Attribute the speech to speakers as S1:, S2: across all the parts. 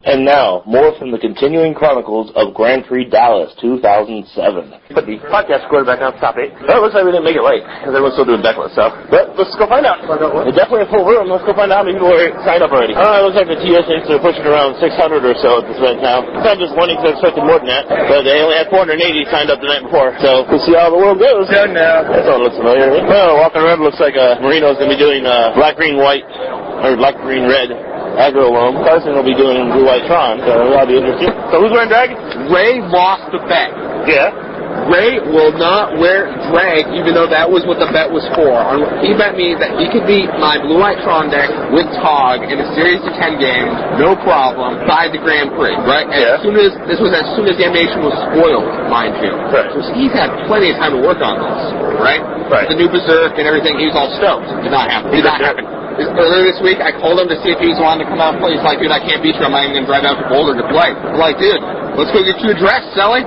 S1: And now, more from the continuing chronicles of Grand Prix Dallas 2007. Put the podcast squared back on top eight. Well, it looks like we didn't make it late, because everyone's still doing backlist stuff. But let's go find out. It's definitely a full room. Let's go find out how many people are signed up already. Uh, it looks like the TSAs are pushing around 600 or so at this right now. I'm just wondering because I expected more than that. But they only had 480 signed up the night before. So we'll see how the world goes. That all looks familiar. Well, walking around looks like uh, Marino's going to be doing uh, black, green, white, or black, green, red aggro loam. Carson will be doing Blue White Tron, so that'll be interesting. So who's wearing dragons?
S2: Ray lost the bet.
S1: Yeah.
S2: Ray will not wear drag, even though that was what the bet was for. On- He bet me that he could beat my Blue White Tron deck with Tog in a series of 10 games, no problem, by the Grand Prix, right? As
S1: Yeah.
S2: soon as, this was as soon as Damnation was spoiled, mind you.
S1: Right.
S2: So he's had plenty of time to work on this, right?
S1: Right.
S2: The new Berserk and everything, he was all stoked. Did not happen. Did not happen. Earlier this week, I called him to see if he was wanting to come out and play. He's like, dude, I can't beat you. I'm not even going to drive out to Boulder to play. I'm like, dude, let's go get you a dress, Sally.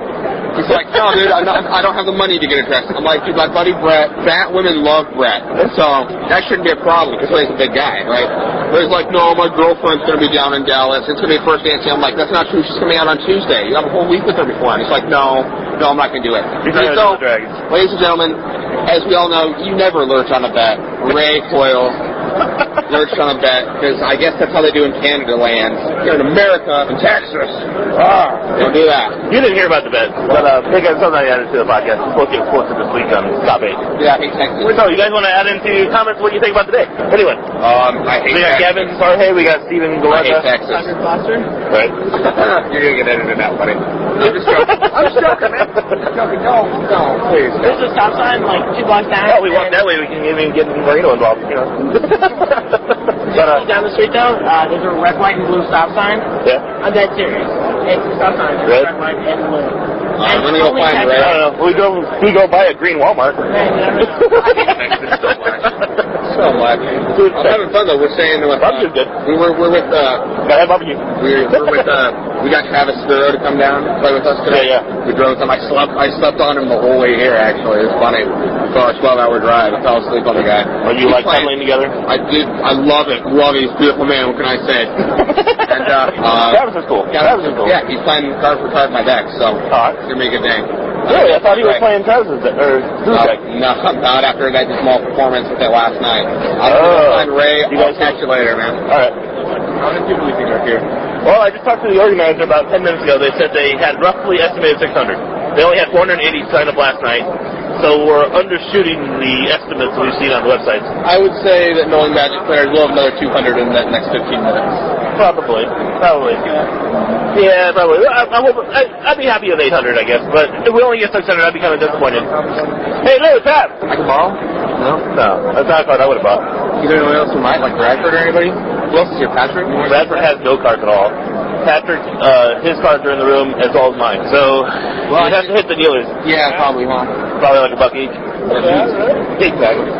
S2: He's like, no, dude, I'm not, I don't have the money to get a dress. I'm like, dude, my buddy Brett, fat women love Brett. So that shouldn't be a problem because he's a big guy, right? But he's like, no, my girlfriend's going to be down in Dallas. It's going to be first dance. I'm like, that's not true. She's coming out on Tuesday. You have a whole week with her before. And he's like, no, no, I'm not going to do it.
S1: You're trying to do the
S2: So-
S1: dragons.
S2: Ladies and gentlemen, as we all know, you never lurch on a bet. Ray Coyle lurched on a bet because I guess that's how they do in Canada land. Here in America, in Texas, ah, don't do that.
S1: You didn't hear about the bet, but uh, they got something I added to the podcast. It's supposed to get posted this week on Top 8.
S2: Yeah, I hate Texas.
S1: So you guys want to add into comments what you think about the day? Anyway,
S2: Um, I hate
S1: we got
S2: Texas.
S1: Gavin Sarhay, we got Steven
S2: I hate
S1: Galata.
S2: Texas.
S1: Right.
S2: You're gonna get edited out, buddy. I'm just joking. I'm just joking, man. I'm joking. No, no, please.
S3: There's a stop sign like two blocks down.
S1: Yeah, we walk
S3: and
S1: that way, we can even get Marino involved, you know. but, uh,
S3: Down the street though, uh, there's a red, white, and blue stop sign.
S1: yeah.
S3: I'm dead serious. It's a stop sign. There's
S1: Red?
S3: red, white, and blue.
S2: I'm gonna go find
S1: I
S2: red.
S1: don't know. Uh, We go, we go by a green Walmart.
S2: So much.
S1: Dude,
S2: I'm having fun though. We're saying with,
S1: Barbecue
S2: uh,
S1: good.
S2: we were we're with uh,
S1: Gotta have barbecue.
S2: We're, we're with uh, we got Travis Spiro to come down and play with us today.
S1: Yeah, yeah.
S2: We drove with him. I slept I slept on him the whole way here actually. It was funny. For our twelve hour drive. I fell asleep on the guy.
S1: Are you
S2: He's
S1: like
S2: playing-
S1: cuddling together?
S2: I did I love it. Love it. He's a beautiful man, what can I say? and uh, uh
S1: Travis is cool. Travis is cool.
S2: Yeah, he's playing card for card my deck, so
S1: Alright.
S2: it's gonna be a good day.
S1: Really? I thought he was
S2: Right.
S1: playing Travis's deck, or Drew's
S2: Uh,
S1: deck.
S2: no, not after that small performance with that last night. I'm
S1: Oh.
S2: gonna find Ray.
S1: You
S2: I'll
S1: guys-
S2: catch you later, man.
S1: Alright.
S2: How many people do you think are here?
S1: Well, I just talked to the organizer about 10 minutes ago. They said they had roughly estimated 600. They only had 480 sign up last night, so we're undershooting the estimates we've seen on the websites.
S2: I would say that knowing Magic players, we'll have another 200 in that next 15 minutes.
S1: Probably. Probably. Yeah, probably. I, I hope, I, I'd be happy with 800, I guess, but if we only get 600, I'd be kind of disappointed. Hey, look, it's Pat!
S2: I can borrow? No.
S1: No, that's not a card I would have bought.
S2: Is there anyone else who might, like Bradford or anybody? Who else is here? Patrick?
S1: Bradford has no cards at all. Patrick, uh, his cards are in the room as well as mine. So
S2: Well,
S1: we'd have to hit the dealers,
S2: Yeah, probably, huh?
S1: probably like a buck each. Exactly.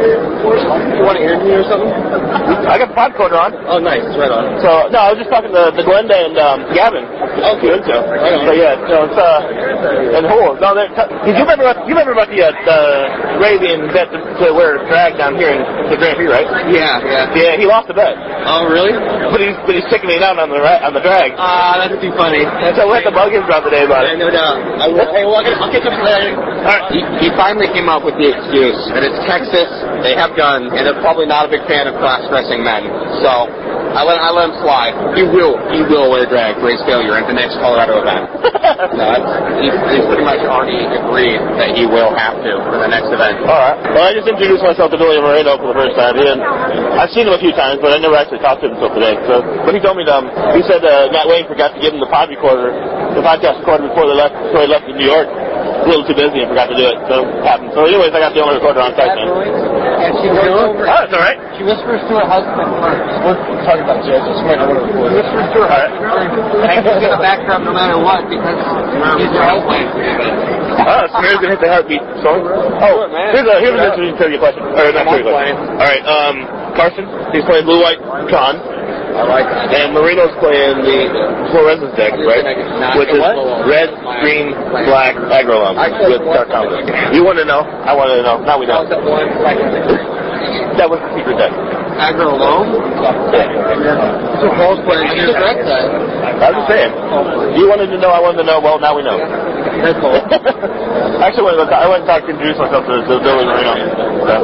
S2: You want to interview or something?
S1: I got the popcorn on.
S2: Oh, nice. Right on.
S1: So no, I was just talking to, to Glenda and um, Gavin. Oh, good. So,
S2: Right on.
S1: so yeah, so it's uh, and Hole. No, they're t- 'cause you remember about, you remember about the uh, the Arabian bet to, to wear drag down here in the Grand Prix, right?
S2: Yeah, yeah.
S1: Yeah, he lost the bet,
S2: Oh, really?
S1: but he's but he's checking me down on the ra- on the drag.
S2: Ah, that's too funny.
S1: So we had to bug him throughout the day about
S2: Yeah,
S1: it.
S2: no doubt. I will. Hey, well, I'll get- I'll catch up with you later.
S1: All right.
S2: He, he finally came up with the excuse that it's Texas, they have guns, and they're probably not a big fan of cross-dressing men. So I let I let him slide. He will he will wear drag race failure at the next Colorado event. no, that's, he's, he's pretty much already agreed that he will have to for the next event.
S1: Alright. Well, I just introduced myself to Billy Moreno for the first time. He didn't, I've seen him a few times, but I never actually talked to him until today. So, but he told me, um, he said uh, Matt Wayne forgot to give him the pod recorder, the podcast recorder before they left, before he left to New York. A little too busy and forgot to do it, so it happened. So, anyways, I got the only recorder on site now.
S4: And she whispers,
S1: Oh, that's alright.
S4: she whispers to her husband first. We're talking about Jazz. She might not want to record Whispers to her
S1: Alright.
S4: husband. She's going to back her up no matter what because he's her husband.
S1: Oh, Smear's gonna hit the heartbeat song. Oh,
S2: man.
S1: here's a here's an interesting trivia question. Or not
S2: Come on,
S1: trivia question.
S2: Blaine.
S1: All right, um, Carson, he's playing blue white con,
S2: I like that.
S1: and Marino's playing the fluorescence deck, right? Which is red, green, black, agro with dark combo. You want to know? I wanted to know. Now we know.
S2: That was the one second.
S1: That was the secret deck.
S2: Edgar alone. It's a Bulls playing
S4: I just read that.
S1: I was just saying. You wanted to know, I wanted to know. Well, now we know.
S2: That's cool.
S1: Actually, wait, look, I went and talked to introduce myself to, to Dylan right now. So,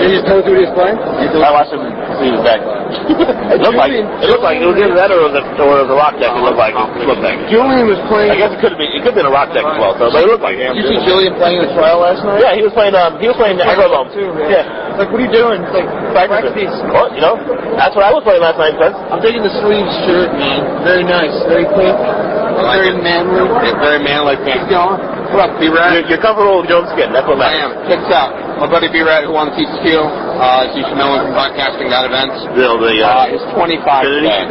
S2: Did you tell us who he was playing? You
S1: I watched him see his back. It looked like it looked like it was either that or it was a, or it was a rock deck. It looked like it looked like.
S2: Julian was
S1: I
S2: playing.
S1: guess it could have been it could have been a rock deck as well. So but it looked like him.
S4: Did you see Julian playing the trial last night?
S1: Yeah, he was playing. Um, he was playing Agrodome.
S4: Too, man.
S1: Yeah,
S4: Like, what are you doing? It's like practice.
S1: Well, you know, that's what I was playing last night, Spence.
S4: I'm taking the sleeves shirt, man. Very nice. Very clean. Very manly.
S2: Yeah, very manly fan.
S4: Keep going.
S2: What up, B-Rat?
S1: You're, you're comfortable with your own skin. That's what
S2: I
S1: matters.
S2: am. Kicks out. My buddy B-Rat, who won the TCQ, uh, as you should know him from podcasting.events,
S1: You know, the,
S2: uh,
S1: uh,
S2: is 25 today.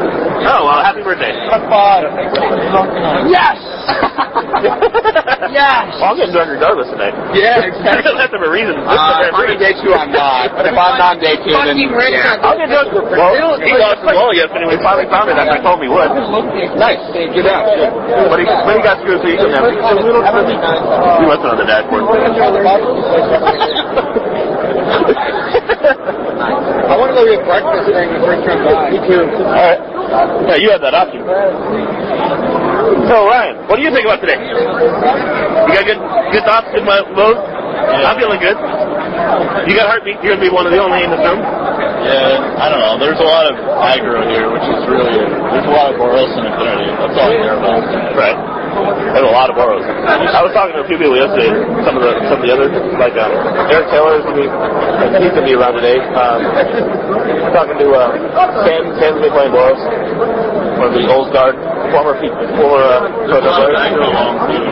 S1: oh well, happy birthday.
S2: Yes!
S4: Yes.
S1: Well, I'm getting drunk regardless tonight.
S2: yeah,
S1: I
S2: exactly.
S1: don't have to have a reason. This is
S2: Uh,
S1: a
S2: if Uh, I'm on
S1: great
S2: day two, I'm not. But if I'm not on day two, then...
S4: Fucking Rick.
S1: I'll get drunk. Well, he lost the wall yesterday. We finally found it. I told him he would.
S2: Nice. Good out.
S1: But he, but he got screwed, so he couldn't have
S4: It's a little tricky.
S1: He wasn't on the dashboard.
S2: I want to go get breakfast during the first round by. Me too.
S1: Alright. Uh, Yeah, you had that option. So, Ryan, what do you think about today? You got good good thoughts, good mo- mood? I'm feeling good. You got heartbeat. You're going to be one of the only in this room.
S5: Yeah, I don't know. There's a lot of aggro here, which is really there's a lot of Boros and Infinity. That's all I care about.
S1: Right. There's a lot of borrows. I was talking to a few people yesterday. Some of the some of the others, like uh, Eric Taylor is gonna be he's gonna be around today. Um, talking to uh, Sam Sam's been playing borrows. One of the old guard, former pe- former uh, Toronto
S5: There's a lot of
S1: players.
S5: aggro along too.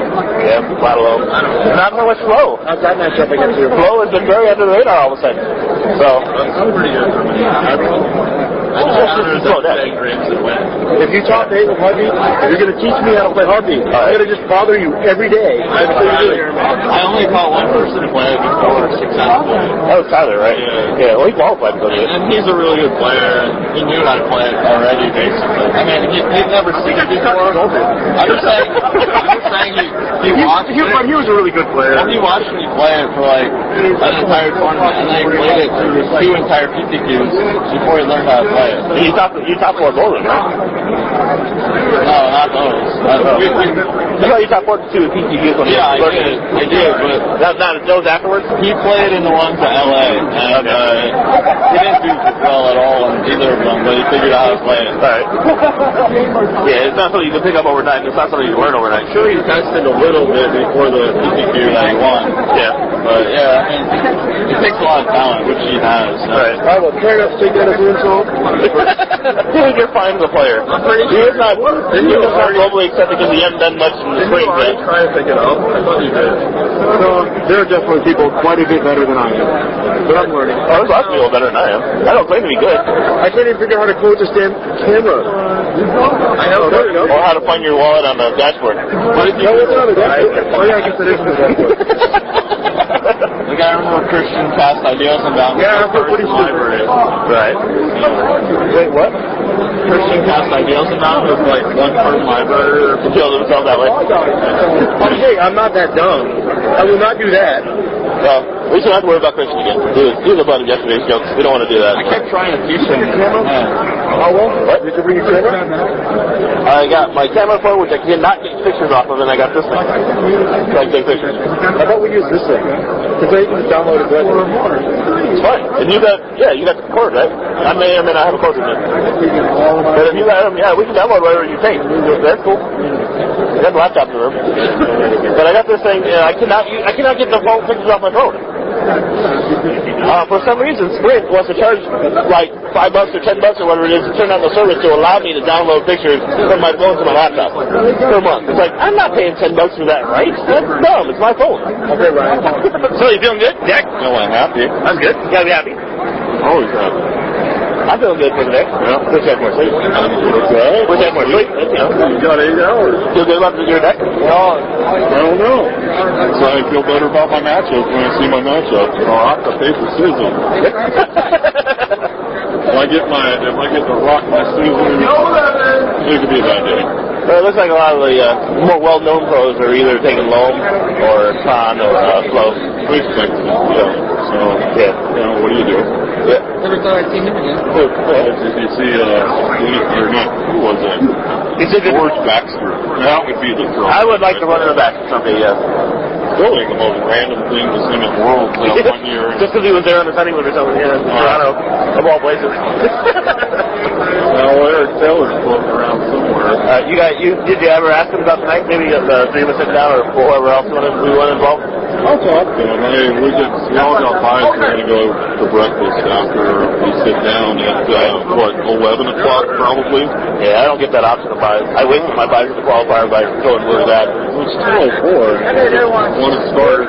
S1: Yeah, Latalo. Not so much flow.
S4: How's that match up against your
S1: Flow has been very under the radar all of a sudden. So
S5: That's pretty good for me. I don't
S1: it's slow
S5: know.
S1: down.
S5: Grams and win.
S4: If you talk to Aiden Harvey, you're going to teach me how to play Harvey. I'm going to just bother you every day.
S5: I only caught one person play before successful,
S1: that was Oh, Tyler, right? Yeah. Well, he qualified for
S5: and
S1: it.
S5: he's a really good player. He knew how to play it already, basically. I mean, he, he'd never seen it before. I'm just saying. I'm just saying he, he watched it.
S1: he was a really good player.
S5: Well, he watched me play it for like an entire tournament, and then he played it through two entire PPQs before he learned how to play it.
S1: You top you top four bowling, right?
S5: No, not those. Uh, we, we,
S1: You know you top four two with PTUs when
S5: yeah, I
S1: you
S5: did. I did, but
S1: Not, not those afterwards?
S5: he played in the ones at LA, and uh, he didn't do well at all in either of them, but he figured out how to play it.
S1: Alright. yeah, it's not something you can pick up overnight. It's not something you learn overnight.
S5: Sure, he tested a little bit before the PPQ that he won.
S1: Yeah.
S5: But yeah, I mean, it takes a lot of talent, which he has. So.
S1: Alright.
S4: I will fair enough take that as an insult.
S1: You're fine with a player.
S5: I'm pretty
S1: He is not, he is not globally accepted because he hasn't done much in the spring yet.
S5: try to pick it up? I thought you did.
S4: So there are definitely people quite a bit better than I am. But I'm learning.
S1: Oh, there's lots of people better than I am. I don't claim to be good.
S4: I can't even figure out how to close this damn camera.
S5: I
S4: Oh,
S5: know.
S4: there you go.
S1: Or how to find your wallet on the dashboard.
S5: What did you
S4: No, it's not a dashboard. Oh, yeah, I guess it is a dashboard.
S5: Like I remember Christian cast ideas about
S4: Yeah, that's pretty stupid.
S5: library.
S1: Right.
S4: Wait, what?
S5: Christian cast ideas about was like one per library.
S1: To kill themselves that way.
S4: Oh, Hey, I'm not that dumb. I will not do that.
S1: Well, we should not have to worry about Christian again. He was, he was a bunch of yesterday's jokes. We don't want to do that.
S5: I kept trying to teach him.
S4: Oh, well, what? Did you bring your camera?
S1: I got my camera phone, which I cannot get pictures off of, and I got this thing. So I can take pictures.
S4: How about we use this thing? Because I can download it.
S1: It's fine. And you got, yeah, you got the cord, right? I may or may not have a cord with me. But if you got them, yeah, we can download whatever you take. That's cool. I got the laptop in the room. But I got this thing, and I cannot, u- I cannot get the phone pictures off my phone. Uh, for some reason, Sprint wants to charge like five bucks or ten bucks or whatever it is to turn on the service to allow me to download pictures from my phone to my laptop per month. It's like I'm not paying ten bucks for that, right? That's dumb. It's my phone.
S4: Okay, Ryan.
S1: so you feeling good, Jack?
S5: No, I'm happy.
S1: I'm good. You gotta be happy.
S5: Always happy.
S1: I'm feeling good for today. Yeah. Wish I had more sleep.
S5: Okay.
S1: Wish I had more sleep. You know.
S5: You got eight hours.
S1: Feel good about your deck?
S5: I don't know. So I feel better about my matchup when I see my matchup. I'll have to pay for sizzle. If I get my if I get the rock my sizzle, it could be a bad day.
S1: Well, it looks like a lot of the uh, more well-known pros are either taking loam or con or uh, flow.
S5: We expect
S1: So,
S5: it. So
S1: yeah.
S5: you know, what do you do?
S1: Yeah.
S4: Never thought I'd see him again.
S5: Oh, did you see, uh, or not, who was it?
S1: He said that-
S5: George Baxter. That would be the throw.
S1: I would like to run in the back someday, yes.
S5: Really, the most random thing was him at Worlds that one year.
S1: Just because he was there on the honeymoon or something, yeah, in Toronto, of all places.
S5: Now, Eric Taylor's floating around somewhere.
S1: Uh, you guys, you did you ever ask him about tonight? Maybe uh, the three of us sitting down, or whoever else wanted, we want involved.
S5: I'll talk to him. Hey, we get, we all got five. We're going to go for breakfast after we sit down at, uh, what, 11 o'clock probably?
S1: Yeah, I don't get that option of buys. I wasted my buys at the qualifier by going really bad.
S5: It's still oh four. Want to start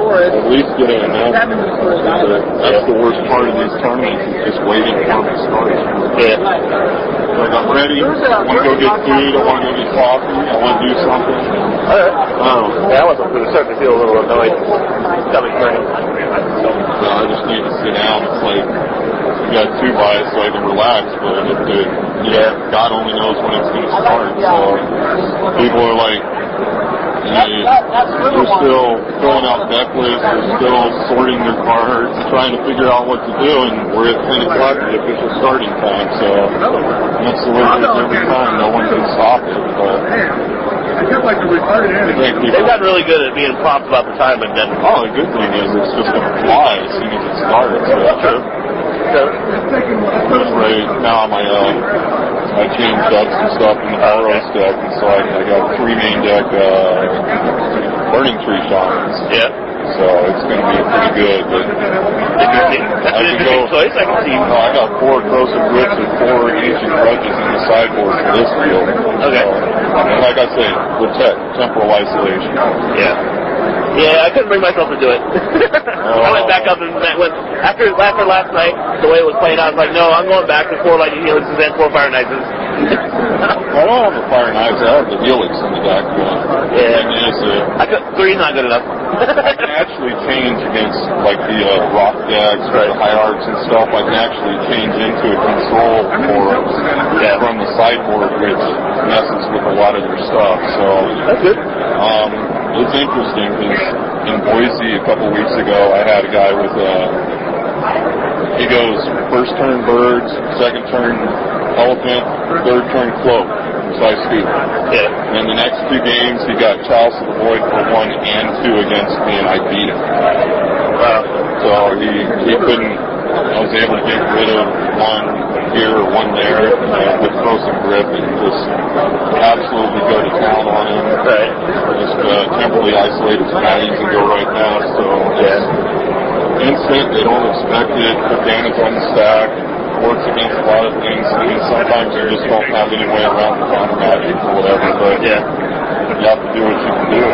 S5: or at least get an announcement. But That's the worst part of these tournaments is just waiting for them to start.
S1: Yeah.
S5: Like I'm ready. I want to go get food. I want to go get coffee. I want to do something.
S1: All right.
S5: Oh,
S1: Yeah, I wasn't going to start to feel a little annoyed. Coming spring.
S5: so I just need to sit down. It's like you got two buys so I can relax. But if the you know, God only knows when it's going to start. So people are like. eh, They're still filling out deck lists. They're still sorting their cards, trying to figure out what to do. And we're at 10 o'clock, the official starting time. So that's the way it is every time. No one can stop it. But I think
S1: They've
S5: people,
S1: gotten really good at being prompt about the time and then.
S5: oh, the good thing is it's just going to fly as soon as it starts. So
S1: True. So,
S5: that's right now my uh, I changed up some stuff in the Poros deck, and so I, I got three main deck uh, Burning Tree Shamans.
S1: yeah.
S5: So it's going to be pretty good. But
S1: Interesting. That's an interesting choice. I can see.
S5: No, I got four gross and grits and four ancient grudges in the sideboard for this deal.
S1: Okay.
S5: So, and like I say, protect temporal isolation.
S1: Yeah. Yeah, I couldn't bring myself to do it. I went back up and that went after after last night, the way it was playing out, I was like, no, I'm going back to four lightning helixes and four fire knights.
S5: I don't have the fire knives. I have the helix in the back one.
S1: Yeah.
S5: And it's a,
S1: I could, three's not good enough.
S5: I can actually change against like the uh, rock decks or the hierarchs and stuff. I can actually change into a control for
S1: Yeah.
S5: from the sideboard, which messes with a lot of their stuff. So
S1: That's good.
S5: Um, it's interesting because in Boise a couple weeks ago, I had a guy with uh, a. He goes first turn birds, second turn elephant, third turn cloak. So I speak.
S1: Yeah.
S5: And the next two games, he got Chalice of the Void for one and two against me, and I beat him.
S1: Wow.
S5: So he he couldn't. I was able to get rid of one here, one there, uh, with close and grip, and just absolutely go to town on him.
S1: Right.
S5: We're just uh, temporarily isolated from that. You can go right now, so it's instant. They don't expect it. Put damage on the stack. Works against a lot of things. And sometimes you just don't have any way around the counter magic or whatever. But
S1: Yeah.
S5: you have to do what you can do.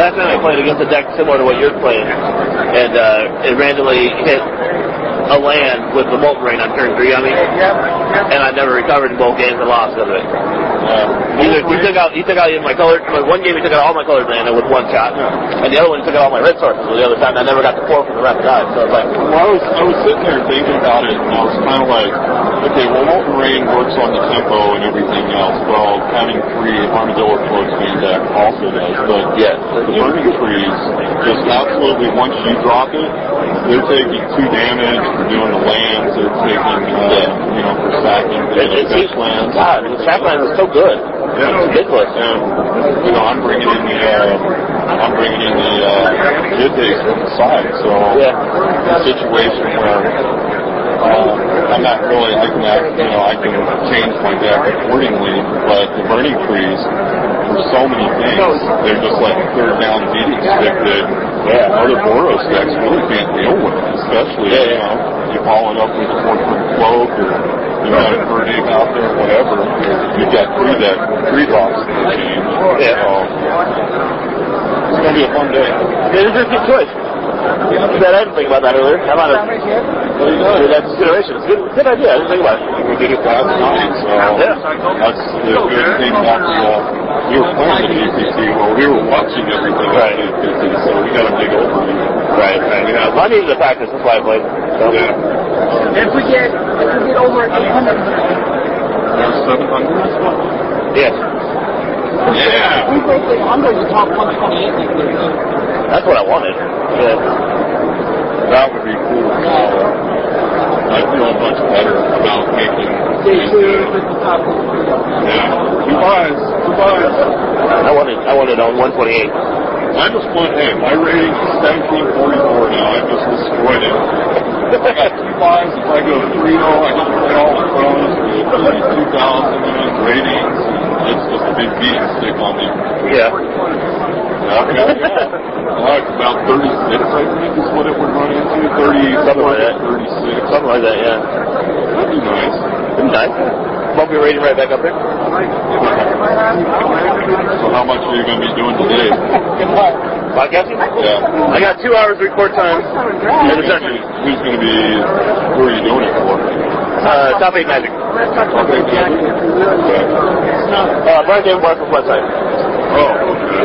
S1: Last night I played against a deck similar to what you're playing, and uh, it randomly hit a land with the Molten Rain on turn three on me, and I never recovered in both games and lost of it.
S5: Yeah.
S1: He took, he took out he took out my color. My one game he took out all my colored mana with one shot, and the other one he took out all my red sources with the other shot, and I never got the four from the rest of God. So it's like,
S5: Well, I was, I was sitting there thinking about it, and I was kind of like, okay, well, Molten Rain works on the tempo and everything else. Well, counting three Armadillo Floats main deck also does, but
S1: yeah,
S5: the burning trees just absolutely once you drop it, they're taking two damage for doing the lands, they're taking uh, you know for sacking the
S1: it, it seems
S5: fish lands.
S1: God, the track line was so good.
S5: Yeah.
S1: Ridiculous.
S5: And, you know, I'm bringing in the uh, I'm bringing in the uh, good days from the side, so
S1: Yeah,
S5: a situation where uh, I'm not really, I can act, you know, I can change my deck accordingly, but the burning trees, for so many things, they're just like a third down beating stick that
S1: Yeah.
S5: other Boros decks really can't deal with, especially,
S1: Yeah,
S5: you
S1: yeah.
S5: know, you follow it up with a four-foot cloak or you got a verdict out there, whatever, you've got three deck, three drops in the game.
S1: Yeah.
S5: So, it's going to be a fun day.
S1: it is a good choice. Too bad I didn't think about that earlier. How about it?
S5: There you
S1: Yeah, that's consideration. It's a good, good idea. I didn't think about it.
S5: We did it last night, so that's the good thing about the, uh, we were playing the GCC, well, we were watching everything
S1: Right.
S5: at GCC, so we got a big overview.
S1: Right, right. You know, I needed to practice. That's why I played. So,
S5: Yeah.
S4: If we get, if we get over 800 tonight,
S5: There's 700?
S1: Yes.
S5: Yeah.
S4: we break 800 the top 128 next year.
S1: That's what I wanted. Yeah.
S5: That would be cool.
S4: Yeah.
S5: I feel much better about making. Yeah. Two buys. Two buys.
S1: I wanted, I wanted on 128.
S5: I just want, hey, my rating is 1744 now. I just destroyed it. I got two buys. If I go 3 0, I just win all the phones with 32,000 in ratings. And it's just a big beating stick on me.
S1: Yeah.
S5: Okay. Like about 36, I think, is what it would run into. 30,
S1: Something like that.
S5: 36.
S1: Something like that, yeah.
S5: That'd be nice.
S1: Pretty nice. Bump your rating right back up there.
S5: So how much are you going to be doing today?
S1: Podcasting?
S5: Yeah.
S1: I got two hours record time in the session.
S5: Who's going to be, who are you doing it for?
S1: Uh, top 8 Magic.
S5: Okay, good.
S1: Uh, Brian David Barker's website.
S5: Oh, okay.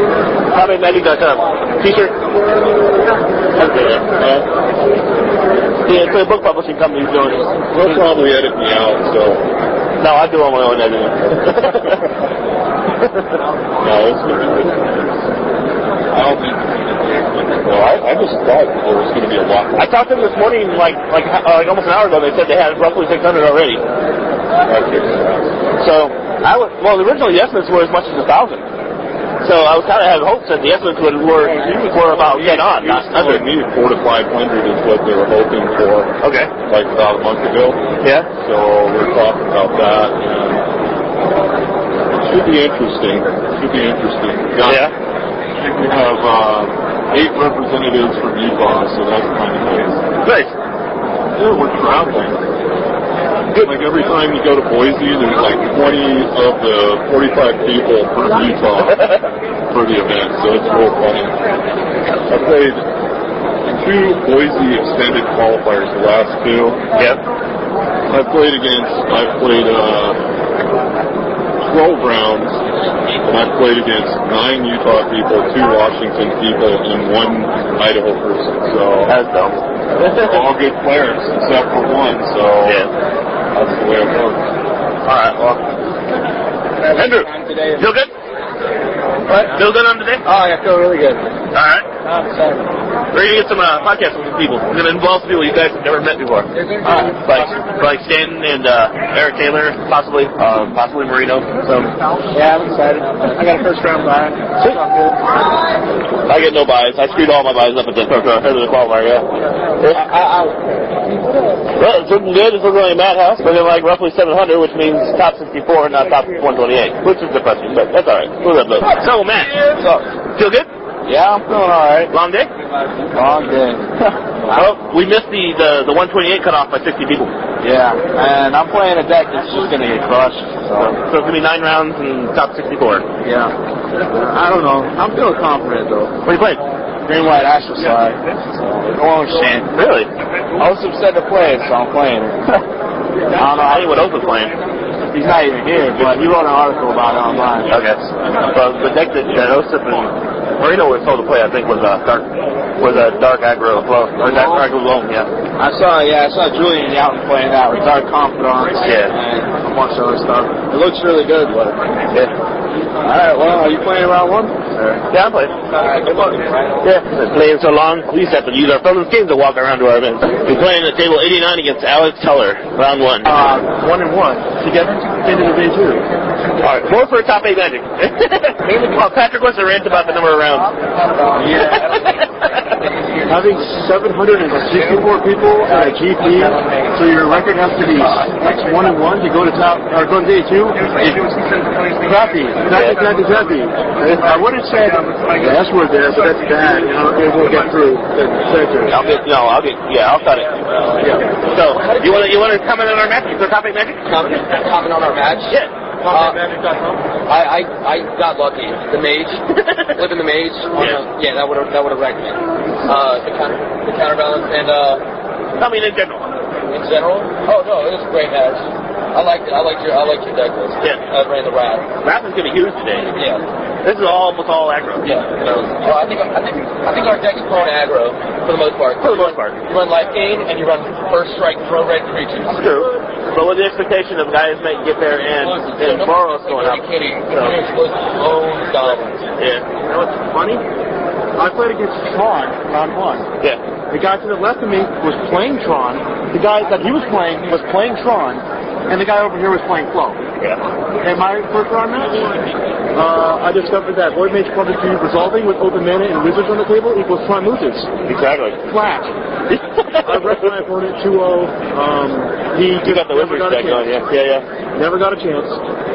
S1: Top8magic.com. T-shirt. Okay, yeah.
S5: Well,
S1: Yeah, it's a book publishing company who's doing it.
S5: they'll probably edit me out, so,
S1: No, I do all my own editing.
S5: no, it's going to be good. I don't think it's going to be good. No, I, I just thought there was going to be a lot.
S1: I talked to them this morning, like like uh, like almost an hour ago. They said they had roughly 600 already.
S5: I figured it out.
S1: So I was well. The original estimates were as much as a thousand. So I was kind of having hopes that the estimates would were were about dead on,
S5: He was
S1: not
S5: telling
S1: under.
S5: me four to five hundred is what they were hoping for,
S1: Okay.
S5: like about a month ago.
S1: Yeah.
S5: So we're talking about that. And it should be interesting. It should be interesting. We got-
S1: Yeah.
S5: I think we have uh, eight representatives from Utah, so that's kind of nice.
S1: Nice.
S5: Yeah, we're traveling. Like every time you go to Boise, there's like 20 of the 45 people from Utah for the event, so it's real funny. I played in two Boise extended qualifiers, the last two.
S1: Yep.
S5: I played against, I played uh, 12 rounds, and I played against nine Utah people, two Washington people, and one Idaho person. So
S1: That's dumb.
S5: all good players except for one. So
S1: yeah.
S5: that's the way it works.
S1: All right. Well. Andrew, feel good? What? Feel good on today?
S2: Oh, yeah, I feel really good.
S1: All right.
S2: I'm excited.
S1: Ready to get some uh, podcasts with some people. We're gonna involve some people you guys have never met before. Like, like Stanton and uh, Eric Taylor, possibly, uh, possibly Marino. Some.
S2: Yeah, I'm excited. I got a first round bye.
S1: I get no buys. I screwed all my buys up at the at the qualifier. Yeah.
S2: I, I,
S1: Well, it's looking good. It's looking like a madhouse. We're in like roughly 700, which means top 64, not top 128, which is depressing, but that's all right. We'll let those. So Matt, feel good?
S2: yeah, I'm feeling alright.
S1: Long day?
S2: Long day.
S1: Well, we missed the, the the 128 cutoff by 60 people,
S2: Yeah, and I'm playing a deck that's just gonna get crushed. So
S1: so it's gonna be nine rounds and top 64.
S2: yeah, I don't know. I'm feeling confident though.
S1: What are you playing?
S2: Green white astral slide. So orange shit.
S1: Really?
S2: Osip said to play, so I'm playing it.
S1: I don't know. I think what else was playing.
S2: He's not even here, but he wrote an article about it online.
S1: Okay. Well, the deck that that Osip and Marino was told to play, I think, was a uh, dark was a uh, dark aggro blow or dark aggro blow. Yeah.
S2: I saw, yeah, I saw Julian Yalton playing that with Dark Confidants
S1: Yeah.
S2: and a bunch of other stuff. It looks really good, but.
S1: Yeah.
S2: Alright, well, are you playing round one? Alright.
S1: Yeah, I'm playing.
S2: Alright, Uh, good luck.
S1: Yeah, been playing so long, we used to have to use our phone games to walk around to our events. We're playing at table 89 against Alex Teller, round one.
S2: Uh, one and one. Together? Individually.
S1: All right, four for a top eight magic. well, Patrick wants to rant about the number of rounds.
S2: Yeah.
S6: Having 764 people at a GP, so your record has to be X one and one to go to top or go to day two. Crappy, not exactly crappy. I would have said the S word there, but that's bad. You know, it won't get through the center.
S1: I'll get, no, I'll get, yeah, I'll cut it. So, you want to you want to comment on our match? So top eight magic?
S2: Comment, comment on our match?
S1: Yeah.
S2: Uh, I, I, I got lucky. The mage, flipping the mage.
S1: Yeah.
S2: yeah that would have that would have wrecked me. Uh, the counter, the counterbalance, and uh,
S1: I mean, in general.
S2: in general. Oh no, it was a great match. I liked it. I liked your I liked your deck list.
S1: Yeah.
S2: I ran the rat.
S1: Wrath is going to be huge today.
S2: Yeah.
S1: This is all, almost all aggro.
S2: Yeah. You know, well, I think I think I think our deck is prone to aggro for the most part.
S1: For the most part.
S2: You run life gain and you run first strike throw red creatures.
S1: True. But with the expectation of guys may get there and, and Boros going up.
S2: Kidding.
S1: So.
S2: Explosive. Oh, dominance.
S1: Yeah. You know what's funny?
S7: I played against Tron round one.
S1: Yeah.
S7: The guy to the left of me was playing Tron. The guy that he was playing was playing Tron, and the guy over here was playing Flow.
S1: Yeah.
S7: And my first round match, uh, I discovered that Void Mage Quantum 2 resolving with open mana and wizards on the table equals Tron loses.
S1: Exactly.
S7: Flat. I wrecked my opponent 2-0. Um, he
S1: You got the
S7: never
S1: wizard
S7: got a
S1: deck on,
S7: chance.
S1: yeah. Yeah, yeah.
S7: Never got a chance.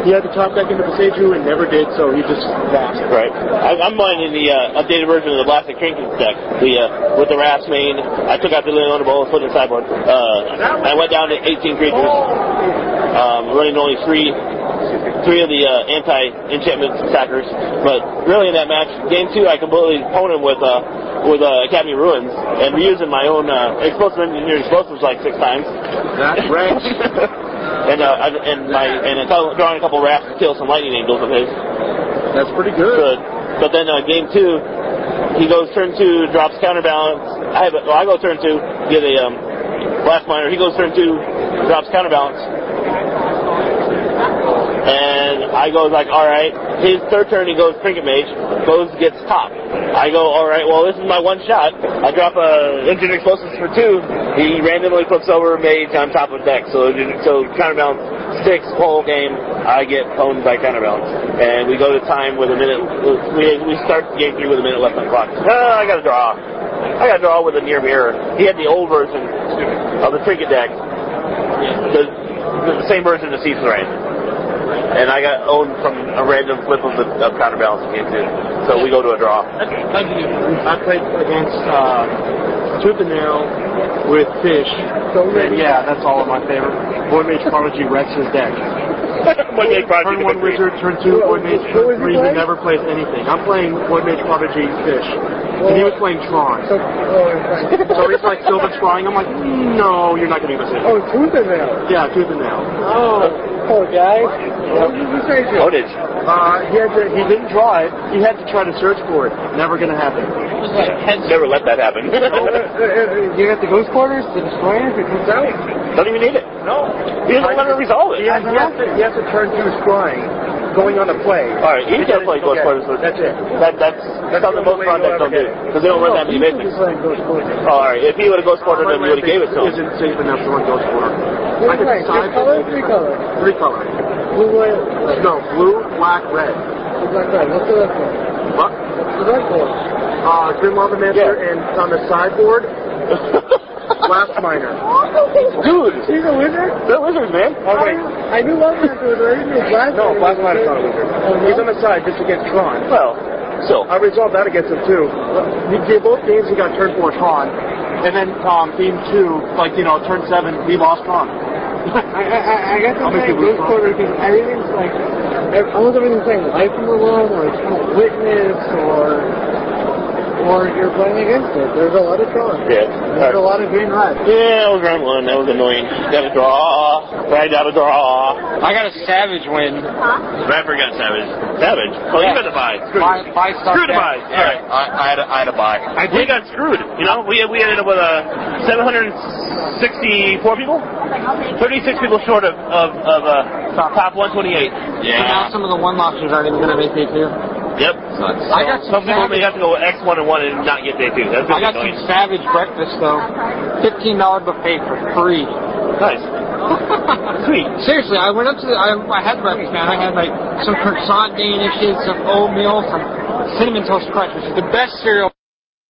S7: He had the top deck into Paseju and never did, so he just lost.
S1: Right. I, I'm mining the uh, updated version of the Blasted Trinkets deck. The uh, with the Wrath main, I took out the Leona Bowl and put it in the sideboard. Uh, I went down to 18 creatures, um, running only three, three of the uh, anti-enchantment attackers. But really, in that match, game two, I completely pwned him with uh, with uh, Academy Ruins and reusing my own uh, explosive engineer explosives like six times.
S7: That's right.
S1: and uh, I- and my and I drawing a couple rafts to kill some lightning angels of his
S7: That's pretty good.
S1: good. But then uh, game two, he goes turn two, drops counterbalance. I have a, well, I go turn two, get a um, blast miner. He goes turn two, drops counterbalance. And I go like, all right. His third turn, he goes trinket mage, goes gets top. I go, all right. Well, this is my one shot. I drop a engine explosives for two. He randomly flips over mage on top of deck. So so counterbalance six whole game. I get pwned by counterbalance, and we go to time with a minute. We we start game three with a minute left on the clock. Ah, I got to draw. I got to draw with a near mirror. He had the old version of the trinket deck. The, the same version of Season Rain. And I got owned from a random flip of the of counterbalance game too. So we go to a draw.
S7: I played against uh, Tooth and Nail with Fish. And yeah, that's all of my favorite. Void Mage Prodigy wrecks his deck.
S1: One day project
S7: Turn one
S1: victory.
S7: wizard, turn two Void Mage, turn three he never plays anything. I'm playing Void Mage Prodigy Fish. And he was playing Tron.
S4: oh,
S7: So he's like Sylvan Scrying. I'm like, no, you're not going to be able
S4: Oh,
S7: to.
S4: tooth in there.
S7: Yeah, Tooth and Nail.
S4: Oh, poor guy. What did you say to him?
S1: Oh, did you?
S7: Uh, he, had to, he didn't draw it. He had to try to search for it. Never going to happen.
S3: was like ten.
S1: Never let that happen. Don't
S4: Uh, You got the ghost quarters, the destroyer, if it comes out?
S1: even need it. No. He doesn't let her resolve it.
S7: He has, he has to, he has to turn two Scrying, going on a play.
S1: All right, he's gonna play Ghost Quarters.
S7: That's it.
S1: That that's, that's something most
S7: the only way
S1: projects
S7: you'll
S1: don't do
S7: ever
S1: because they don't run that many basics. Oh, all right, if he would have Ghost Quartered him, we would have gave it to him.
S7: Isn't safe enough to run Ghost Quarter. I could
S4: Right,
S7: decide
S4: just color, three color.
S7: three color.
S4: Blue, white,
S7: No, blue, black, red.
S4: black, red. What's the red one?
S7: What?
S4: The red one.
S7: Uh, Grim Lava Master and on the sideboard, Blast Miner.
S1: Dude,
S4: He's a wizard?
S1: they're wizards, man.
S7: Oh, wait.
S4: I knew one was a wizard. He was black.
S7: No, Blast Miner's not a wizard.
S4: Oh,
S7: He's on the side just against Tron.
S1: Well, so
S7: I resolved that against him, too. He did both games, he got turn four Tron. And then, um, game two, like, you know, turn seven, we lost Tron.
S4: I, I, I got to
S7: I'll make
S4: say,
S7: you lose
S4: Ghost Quarter, because everything's like, ev- almost everything's like life from alone, or it's kind of witness, or, or you're playing against it. There's a lot of cons.
S1: yeah,
S4: There's a
S1: all right.
S4: lot of green red.
S1: yeah, that was round one. That was annoying. Got to draw. Right, got to draw.
S2: I got a savage win.
S1: Rapper got savage. Savage. Oh, you got to buy. Screw
S2: Buy,
S1: you.
S2: buy stuff.
S1: Screw the
S2: now.
S1: buys.
S2: Yeah,
S1: All right.
S2: I, I had a, I had a buy. I
S1: We got screwed. You know, we we ended up with uh, 764 people, 36 people short of of, of uh, top 128.
S2: Yeah.
S4: Now some of the one losses aren't even going to make me too.
S1: Yep.
S2: Sucks.
S1: So
S2: I got
S1: some people may have to go X one and one and not get day two. That's
S2: I
S1: gonna
S2: got
S1: be annoying.
S2: some savage breakfast though. Fifteen dollar buffet for free.
S1: nice. Sweet.
S2: Seriously, I went up to the, I, I had breakfast, man. I had like some croissant danishes, some oatmeal, some cinnamon toast crunch, which is the best cereal